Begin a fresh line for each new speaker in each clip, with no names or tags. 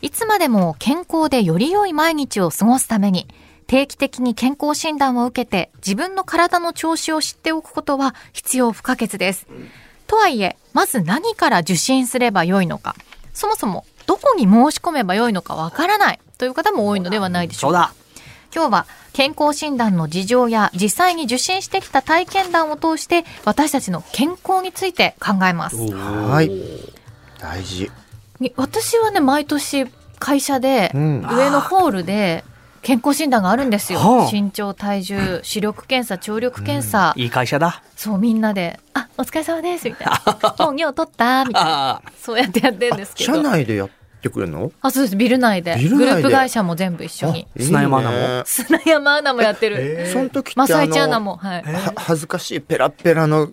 いつまでも健康でより良い毎日を過ごすために、定期的に健康診断を受けて自分の体の調子を知っておくことは必要不可欠です。とはいえ、まず何から受診すれば良いのか、そもそもどこに申し込めば良いのかわからないという方も多いのではないでしょ
そうう
か。
だ。
今日は健康診断の事情や実際に受診してきた体験談を通して私たちの健康について考えます。
はい。大事。
に私はね毎年会社で、
ん
上のホールで健康診断があるんですよ、
はあ
身長体重視力検査聴力検査、
いい会社だ。
そうみんなで「あお疲れ様です」み たいな「もう尿取った」みたいな
ああ。
そうやってやってるんですけど
社内でやってくれるの
あそうですビル内で
ビル
グ
内で
ループ会社も全部一緒に
あいいね
砂山アナも
砂山アナもやってる、
その時ってあ
マサイチアナ
の
もはい
は恥ずかしいペラペラの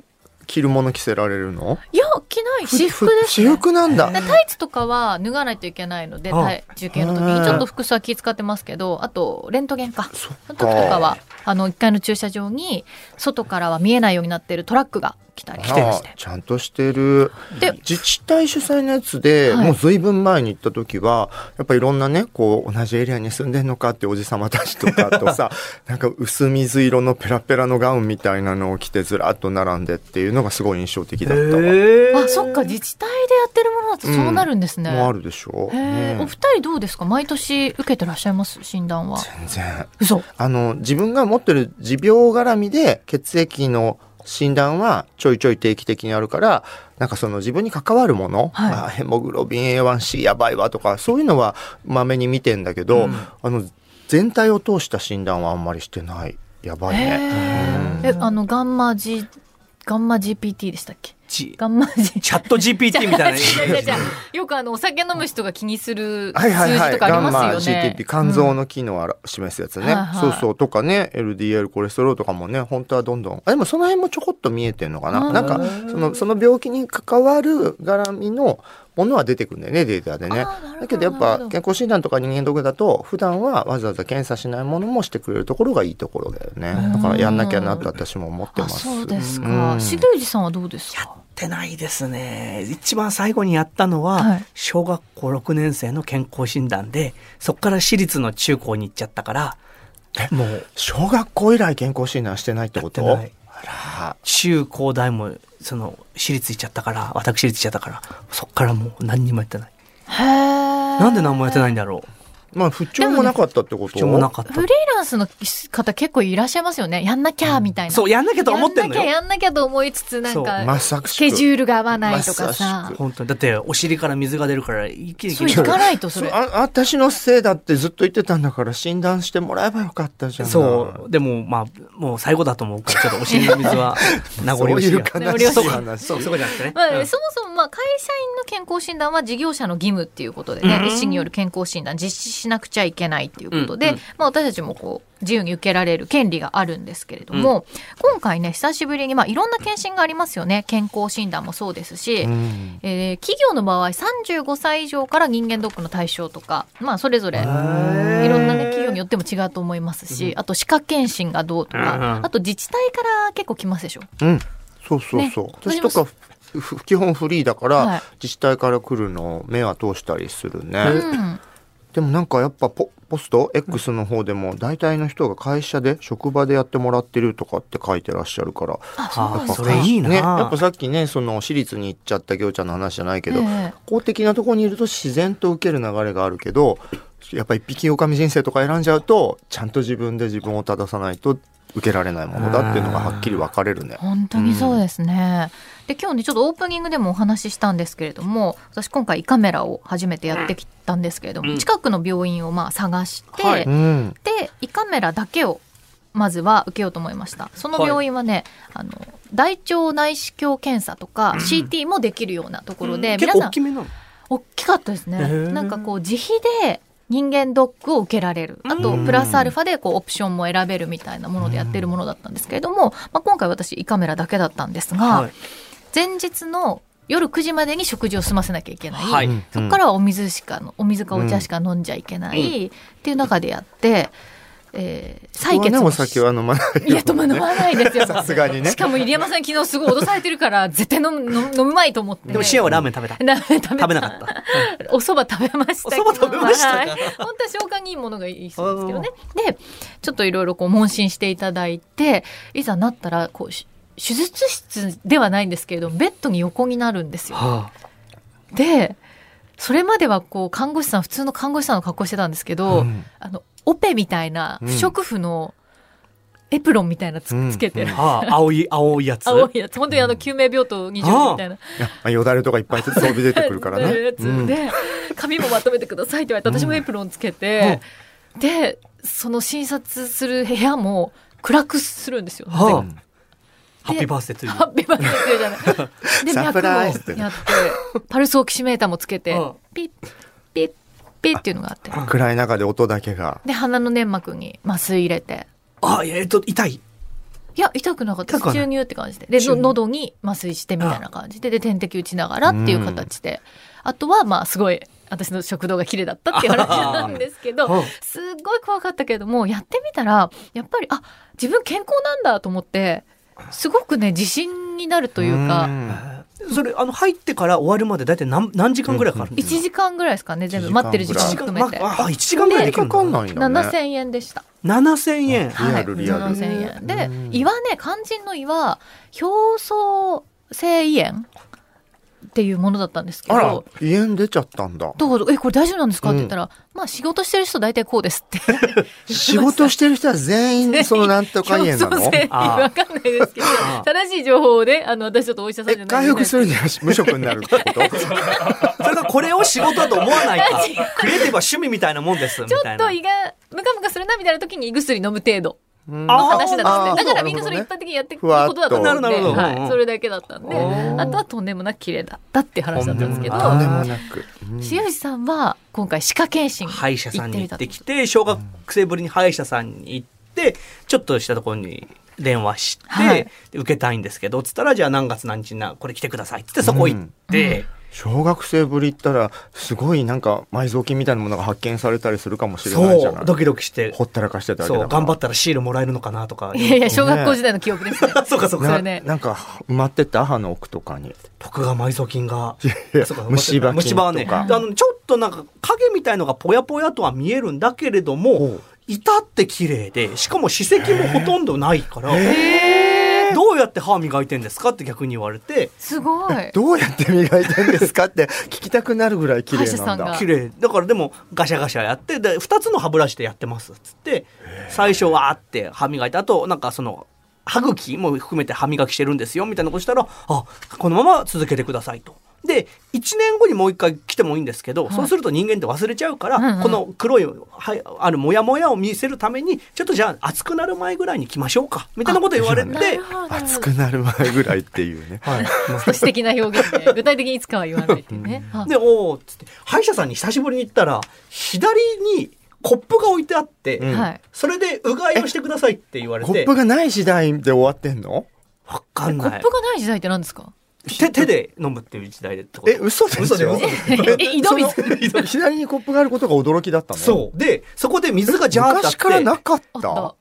着るもの着せられるの
いや着ない私服
ふ
で
ふ
す
私
ね
服なんだ
でタイツとかは脱がないといけないので
あ
体重計の時にちょっと服装は気使ってますけどあとレントゲンか
そっ
その
か
時とかはあの1階の駐車場に外からは見えないようになっているトラックが来たりして
ああちゃんとしてる
で
自治体主催のやつで、
はい
もう随分前に行った時はやっぱいろんなねこう同じエリアに住んでんのかっておじさまたちとかと さなんか薄水色のペラペラのガウンみたいなのを着てずらっと並んでっていうのがすごい印象的だったわ、
あそっか自治体でやってるものだとそうなるんですね、
もうあるでしょ、
へえ
ね
お二人どうですか毎年受けてらっしゃいます診断は
全然
嘘
あの自分が持ってる持病絡みで血液の診断はちょいちょい定期的にあるからなんかその自分に関わるもの、
はい
あヘモグロビン A1C やばいわとかそういうのはまめに見てんだけど、あの全体を通した診断はあんまりしてないやばい
へ
ね。
ええあのガンマ G ガンマ GPT でしたっけ
ち
ガンマ G
チャッ ト GPT みたいな。
違う違う違うよくあのお酒飲む人が気にする
はいはい
数
は
字
い、
とかあ
ガ
りま
ンマ
すよね。
CTP 肝臓の機能を表示すやつね、
はいはい
そうそうとかね LDL コレステロールとかもね本当はどんどんあでもその辺もちょこっと見えてるのかな、
うん
なんかそのその病気に関わる絡みのものは出てくるんだよねデータでね
あーなるほど
だけどやっ
なるほ
ぱ
ど
健康診断とか人間ドックだと普段はわざわざ検査しないものもしてくれるところがいいところだよねだからやんなきゃなって私も思ってま
あ、
す
そうですか。
うん
重藤さんはどうですか。
ってないですね。一番最後にやったのは、
はい
小学校6年生の健康診断で、そこから私立の中高に行っちゃったから、もう、
小学校以来健康診断してないってこと
やってない
あ
中高大も、その、私立行っちゃったから、私立行っちゃったから、そこからもう何にもやってない。
へえ。
なんで何もやってないんだろう。
らまあ不調もなかったってこと
不調もなかっ
フリーランスの方結構いらっしゃいますよね。やんなきゃみたい
た。
な。
そう、やんなきゃと思ってんの
やんなきゃ
よ。
やんなきゃと思いつつなん
そ
か
う
まさしく
スケジュールが合わないとか
まさ
さ
しく。
本当に。だって、お尻から水が出るから、一気に
そう行かないとそれ。
あ私のせいだってずっと言ってたんだから診断してもらえばよかったじゃん
そう。でも、まあ、もう最後だと思うから、ちょっとお尻の水 は名残惜しいよ。
そう
名残
いう
惜
悲
し
し
い
い話
そう、そこじゃなくてね。
まあ、
うん
そもそもまあ会社員の健康診断は事業者の義務っていうことでね、医師による健康診断実施しなくちゃいけないっていうことで、
うんうん
まあ、私たちもこう自由に受けられる権利があるんですけれども、今回ね久しぶりにまあいろんな検診がありますよね健康診断もそうですし、
ん
えー企業の場合35歳以上から人間ドックの対象とか、まあ、それぞれいろんな、ね、企業によっても違うと思いますし、あと歯科検診がどうとか、
うん
あと自治体から結構来ますでしょ。
うんそうそうそう、
ね
私とかふふ基本フリーだから、
はい
自治体から来るのを目は通したりするね、
うん
でもなんかやっぱポポスト X の方でも大体の人が会社で職場でやってもらってるとかって書いてらっしゃるから
あそうなん
あ
で
ー
す
そ
か
れいいな。
ね、やっぱさっきねその私立に行っちゃった行ちゃんの話じゃないけど、
ええ
公的なところにいると自然と受ける流れがあるけどやっぱり一匹狼人生とか選んじゃうとちゃんと自分で自分を正さないと受けられないものだっていうのがはっきり分かれるね。
本当にそうですね。で今日ねちょっとオープニングでもお話ししたんですけれども私今回胃カメラを初めてやってきたんですけれども、
うん
近くの病院をまあ探して、
はいう
うん、
で胃カメラだけをまずは受けようと思いましたその病院はね、あの大腸内視鏡検査とか CT もできるようなところで、
結
皆
構
さ
大
ん
きめなの。
大きかったですね、
へー
なんかこう自費で人間ドックを受けられるあと
うん
プラスアルファでこうオプションも選べるみたいなものでやってるものだったんですけれども、まあ、今回私胃カメラだけだったんですが、
はい
前日の夜9時までに食事を済ませなきゃいけない、
はい
うん
そこからはお水しかのお水かお茶しか飲んじゃいけない、っていう中でやって、えー、採
ここは
血
ね
を
お
し
酒は飲まないよ
い
ね
や、飲ま飲まないですよ。
さすがにね
しかも入山さん昨日すごい脅されてるから、絶対飲む、飲む飲むまいと思って。
でも、シアはラーメン食べた。食
ダメ食べた
べなかった。
お蕎麦食べましたけど。
お蕎麦食べましたか
はい本当は消化にいいものがいいそうですけどね。で、ちょっといろいろこう、問診していただいて、いざなったら、こう、し手術室ではないんですけれども、ベッドに横になるんですよ。
は
で、それまではこう、看護師さん、普通の看護師さんの格好してたんですけど、
うん
あの、オペみたいな、
うん
不織布のエプロンみたいなつ,、つけてる
あ、。はあ、青い、青いやつ。
青いやつ、本当にあの、救命病棟20人みたいな。
いやまあよだれとかいっぱい飛び出てくるからね。
やつ
うん
で、髪もまとめてくださいって言われて、私もエプロンつけて、で、その診察する部屋も暗くするんですよ。
はあ、
うん
ハッピーバースデーツリ
ハッピーバースデー じゃない。で、
サプライズ
脈をやって、パルスオキシメーターもつけて
うん、
ピッ、ピッ、ピッっていうのがあって。
暗い中で音だけが。
で、鼻の粘膜に麻酔入れて。
あ、えっと、痛い。
いや、痛くなかったです
痛くはない
注入って感じで。で、
注
の
入
喉に麻酔してみたいな感じで、で、点滴打ちながらっていう形で。あとは、まあ、すごい、私の食堂が綺麗だったっていう話なんですけど
あ、
すっごい怖かったけれども、やってみたら、やっぱり、あ、自分健康なんだと思って、すごくね、自信になるというか、
ん
それ、あの、入ってから終わるまで大体何、何時間ぐらいかかるんですか
1時間ぐらいですかね、全部待ってる時間
一
も
時
含めて。
まあ、1時間ぐらいできるの
かかんないんだね。
7000円でした。
7000円。
リアルリアル
7000円。
う
で、
ん
岩ね、肝心の岩、表層性胃炎っていうものだったんですけ
あら
ど、、
家に出ちゃったんだ。
どうぞえ、これ大丈夫なんですかって言ったら、まあ仕事してる人大体こうですって。
仕事してる人は全員、そのなんとか家な
表層
の
性胃
あー
わかんないですけど
あー、
正しい情報をね、あの、私ちょっとお医者さんじ
え、
ゃないの
回
で
復するには無職になるってこと
それがこれを仕事だと思わな いか。クリエイティブは趣味みたいなもんです。み
ちょ
たい
っ
な
と胃がムカムカするなみたいな時に胃薬飲む程度
うん
の話だった
あ
ん
ー
ですね。だから
なるほどね
みんなそれ一般的にやっていくことだと思うんで、
ふわっとなるほど
はい、それだけだったんで、
おー
あとはとんでもなく綺麗だったっていう話だったんですけど、
とんでもなく。うん
重藤さんは今回歯科検診
歯医者さんに行って
み
きて、小学生ぶりに歯医者さんに行って、ちょっとしたところに電話して、
はい
で受けたいんですけど、つったら、じゃあ何月何日にな、これ来てください。つってそこ行って、
小学生ぶりったら、すごいなんか埋蔵金みたいなものが発見されたりするかもしれないじ
そ
ゃ
う、ド
ない
キドキして、
ほったらかしてたわけだ
そ
か
う、
ら。
頑張ったらシールもらえるのかなとか。
いやいや小学校時代の記憶ですね
そうかそうか
そ
な
れね
なんか埋まってった歯の奥とかに。
徳川埋蔵金が
いや
そうか
虫歯菌
虫歯はね
と
あ
か
のちょっとなんか影みたいのがぽやぽやとは見えるんだけれど
ほ
も
う
至って綺麗でしかも歯石もほとんどないからどうやって歯磨いてんですかって逆に言われて
すごい
どうやって磨いてんですかって聞きたくなるぐらい綺麗
歯医者さ
なんん
が
だ。
綺麗だからでもガシャガシャやってで2つの歯ブラシでやってますっつって最初はあって歯磨いてあとなんかその歯茎も含めて歯磨きしてるんですよみたいなことしたらあこのまま続けてくださいと。で1年後にもう一回来てもいいんですけど、
はい
そうすると人間って忘れちゃうから、
うんうん
この黒いはいあるモヤモヤを見せるためにちょっとじゃあ熱くなる前ぐらいに来ましょうかみたいなこと言われ
な
て
る。ほど
熱くなる前ぐらいっていうね。
はい
都市的な表現で具体的にいつかは言わないっていうねはい
で、おおっつって、歯医者さんに久しぶりに行ったら、左にコップが置いてあって、
うん
はい
それでうがいをしてくださいって言われ
コッ
て、
プがない時代で終わってんの
わかん
コ
な
ッ
い
プ。がない時代って何ですか
手手で飲むっていう時代でってこと
え、嘘ですよ。
嘘で嘘で
え井戸水
その 左にコップがあることが驚きだったの
そう。で、そこで水がジャーッてあって。
昔からなかっ
あった
た。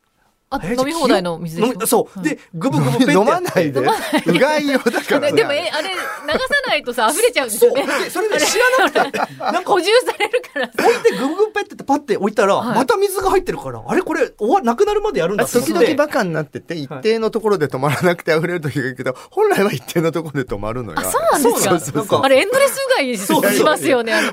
あ
え
飲み放題の水でし
飲
ょ
みそう。
はい
で、ぐぶぐぶペッて
飲まないで。うがいよだから。
でもえあれ流さないとさ溢れちゃうんです
そう。
よね
で、それで知らなくて、なんか
補充されるから
置いてぐぶぐぶペッてってパッて置いたら、
はい
また水が入ってるから、あれこれ、終わ、なくなるまでやるんだ
あ
と思っ
時
て
々バカになってて、一定のところで止まらなくて溢れる時がいるけど、本来は一定のところで止まるのよ。
あそうなんです
そう
か
そうそうそう
あれエンドレスうがい
そうそう
しますよねあれね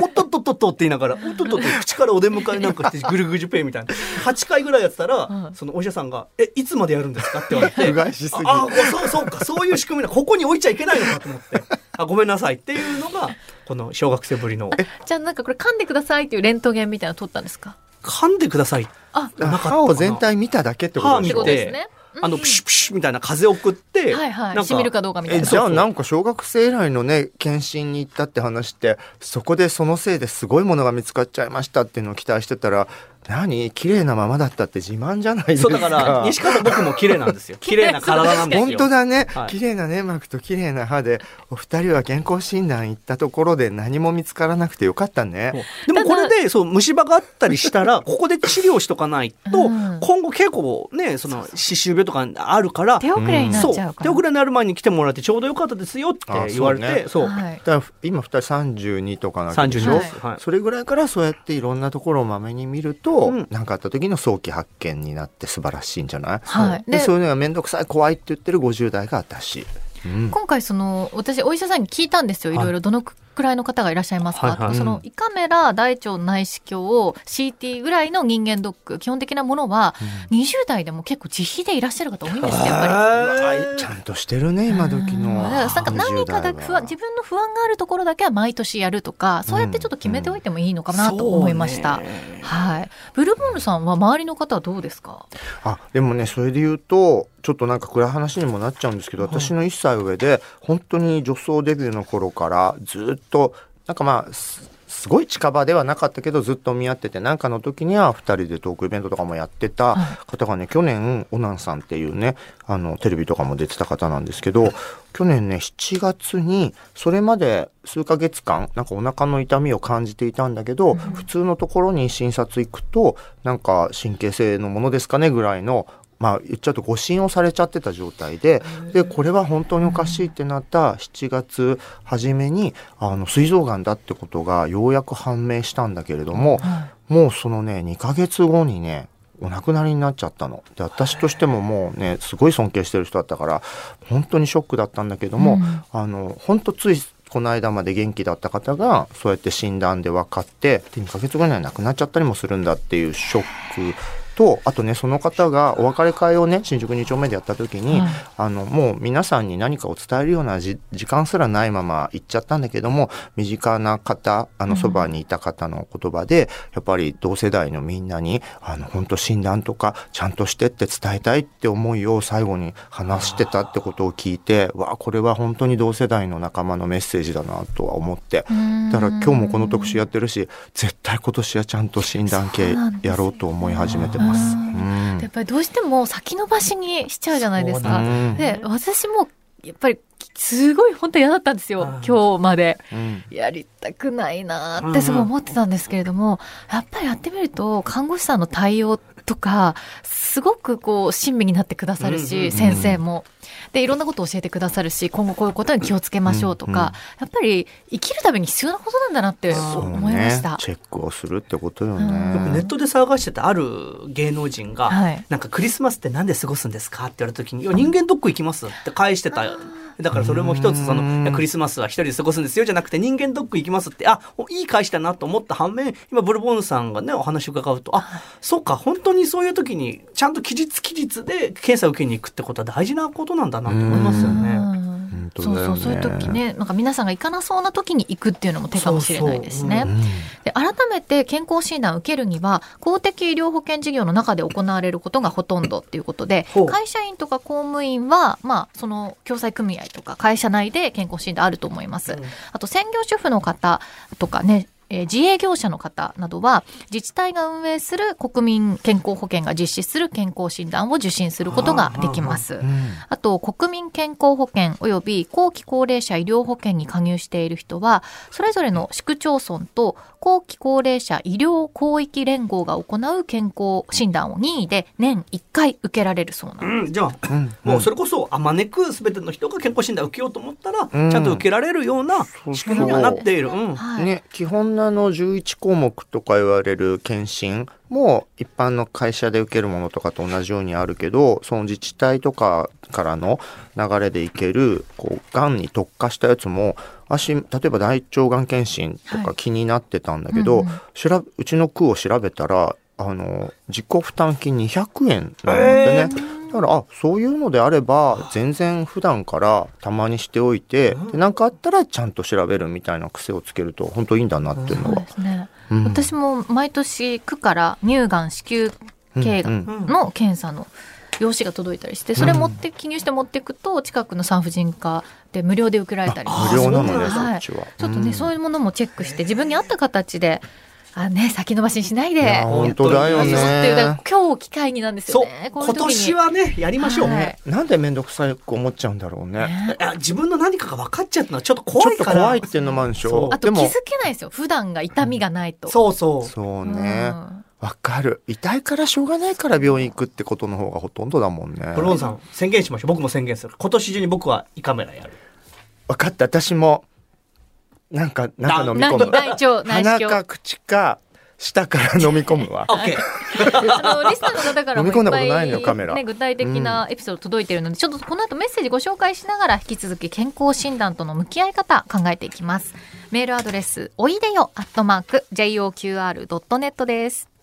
おっとっとっとっとって言いながら、おっとっとっと口からお出迎えなんかして、ぐるぐるペイみたいな。8回ぐらいやってた
う
ら
ん、
そのお医者さんが、え、いつまでやるんですかって言われて。
うがいしすぎ
ああ、そうそうか、そういう仕組みな、ここに置いちゃいけないのかと思って。あ、ごめんなさいっていうのが、この小学生ぶりの、
じゃあなんかこれ噛んでくださいっていうレントゲンみたいなの取ったんですか
噛んでください。
あ
なかったかな
歯を全体見ただけってこ
歯
と
見
って
でし
こ
ょ
とですね
て、あの、プシュプシュみたいな風を送って、
はいはい
なんか
染みるかどうかみたい
え
な
じゃあ
そう
なんか小学生以来のね検診に行ったって話ってそこでそのせいですごいものが見つかっちゃいましたっていうのを期待してたら何綺麗なままだったって自慢じゃないです
そう
か
だから西川さん僕も綺麗な んですよ綺麗な体なんですよ
本当だね、
はい
綺麗な粘膜と綺麗な歯でお二人は健康診断行ったところで何も見つからなくてよかったね
でもこれでそう虫歯があったりし たらここで治療しとかないと
うん
今後結構ねその歯周病とかあるから
手遅れにな
そ
っ
う
ちゃうか
手
ら。
遅れになる前に来てもらってちょうどよかったですよって言われて
あ
そう,、
はい。
だから今二人32とかなわけでし
32
ょ、
はい
です、はい
それぐらいからそうやっていろんなところをまめに見ると
うん
何、なん、かあった時の早期発見になって素晴らしいんじゃない、
はい
で
で
そういうのが面倒くさい怖いって言ってる50代が私、うん
今回その私お医者さんに聞いたんですよい
はい
ろいろどのくらいの方がいらっしゃいますか、
はいはい
とかその胃カメラ大腸内視鏡 CT ぐらいの人間ドック基本的なものは20代でも結構自費でいらっしゃる方多いんですよやっぱり。
へ
ちゃ
ー
んとしてるね今時
うん
の
だからなんか何かだ
20代は
不安自分の不安があるところだけは毎年やるとかそうやってちょっと決めておいてもいいのかなと思いました、
そうね
はい、ブルボンヌさんは周りの方はどうですか
あでもねそれで言うとちょっとなんか暗い話にもなっちゃうんですけど私の1歳上で本当に女装デビューの頃からずっとなんかまあすすごい近場ではなかったけどずっと見合っててなんかの時には2人でトークイベントとかもやってた方がね去年オナンさんっていうねあのテレビとかも出てた方なんですけど去年ね7月にそれまで数ヶ月間なんかお腹の痛みを感じていたんだけど、普通のところに診察行くとなんか神経性のものですかねぐらいの。まあ、言っちゃうと誤診をされちゃってた状態ででこれは本当におかしいってなった7月初めにあの膵臓がんだってことがようやく判明したんだけれども、もうそのね2ヶ月後にねお亡くなりになっちゃったので私としてももうねすごい尊敬してる人だったから本当にショックだったんだけども、
うん
あの本当ついこの間まで元気だった方がそうやって診断で分かってで2ヶ月後には亡くなっちゃったりもするんだっていうショックとあとねその方がお別れ会をね新宿2丁目でやった時に、
はい
あのもう皆さんに何かを伝えるようなじ時間すらないまま行っちゃったんだけども身近な方あのそばにいた方の言葉で、やっぱり同世代のみんなにあの本当診断とかちゃんとしてって伝えたいって思いを最後に話してたってことを聞いてわあこれは本当に同世代の仲間のメッセージだなとは思って。だから今日もこの特集やってるし絶対今年はちゃんと診断系やろうと思い始めてます。
そうなんです
うん
やっぱりどうしても先延ばしにしちゃうじゃないです
そう
か
な。
んです
で、私もやっぱりすごい本当嫌だったんですよ
あ。ー
今日まで。
うん
やりたくないなーってすごい思ってたんですけれども、やっぱりやってみると、看護師さんの対応とか、すごくこう、親身になってくださる
うんうんう
し、
ん
先生も。で、いろんなことを教えてくださるし、今後こういうことに気をつけましょうと
うんうん
か、やっぱり生きるために必要なことなんだなって
そう
思いました。
チェックをするってことよ
うんよく
ね。
ネットで騒がしてたある芸能人が、
はい
なんかクリスマスってなんで過ごすんですかって言われた時に、いや人間ドック行きますって返してた。だからそれも一つそ
う
の、
ん
いやクリスマスは一人で過ごすんですよじゃなくて人間ドック行きますって、あ、いい返しだなと思った反面、今ブルボンヌさんがね、お話伺うと、あ、そうか、本当にそういう時に、ちゃんと期日期日で検査受けに行くってことは大事なことなんだなと思いますよね。
うんそ
本当
う
だ
そ
よ
う、
ね
そういう時ね、なんか皆さんが行かなそうな時に行くっていうのも手かもしれないですね。
そう
で改めて健康診断を受けるには公的医療保険事業の中で行われることがほとんどっていうことで
ほう
会社員とか公務員は、まあ、その共済組合とか会社内で健康診断あると思います。
うん
あと専業主婦の方とかねえー自営業者の方などは自治体が運営する国民健康保険が実施する健康診断を受診することができます。あと、国民健康保険及び後期高齢者医療保険に加入している人は、それぞれの市区町村と後期高齢者医療広域連合が行う健康診断を任意で年1回受けられるそうなんです。
うん、じゃあ、
うん
もうそれこそあまねく全ての人が健康診断受けようと思ったら、
うん
ちゃんと受けられるような
そう
仕組みにはなっている。うん
はい。
ね、基本のあの11項目とか言われる検診も一般の会社で受けるものとかと同じようにあるけどその自治体とかからの流れでいけるこうがんに特化したやつも私例えば大腸がん検診と
は
か
い
気になってたんだけど、
うんうん
調べうちの区を調べたらあの自己負担金200円なんだってね。だからあそういうのであれば全然普段からたまにしておいてでなんかあったらちゃんと調べるみたいな癖をつけると本当いいんだなっていう
そ
の
う
は
で。すね。
うん
私も毎年区から乳がん、子宮頸が
うんん
の検査の用紙が届いたりして、それ持って、記入して持っていくと、近くの産婦人科で無料で受けられたり
無料なの
あ
ね
はい
そっちは。
ちょっとね、
うん
そういうものもチェックして、自分に合った形であね、先延ばしにしないで。
いや本当だよね
やってるだから今日を機会になんですよ
そう
ね。こういう
今
時に
年はねやりましょう、
はい
なんで面倒くさく思っちゃうんだろうね。
ね
いや自分の何かが分かっちゃったのはちょっと
ちょ
怖
っ
い
と
から
怖いっていうのもあるでし
そ
ょ
う。
あ
で
と気
も
づけないですよ。普段が痛みがないと。
そうそう
そう
うん
ね。わかる。痛いからしょうがないから病院行くってことの方がほとんどだもんね。
ブローンさん宣言しましょう僕も宣言する今年中に僕は胃カメラやる
分かった。私も、なんか、なんか飲み
な
込む。
大腸、内視
鼻か
鏡。
口か、舌から飲み込むわ。
オッケー
あのリスナーの方からもいっぱ
飲み込んだことないのよカメラ
ね、具体的なエピソード届いてるので、ちょっとこの後メッセージご紹介しながら引き続き健康診断との向き合い方考えていきますメールアドレスおいでよアットマーク JOQR.net です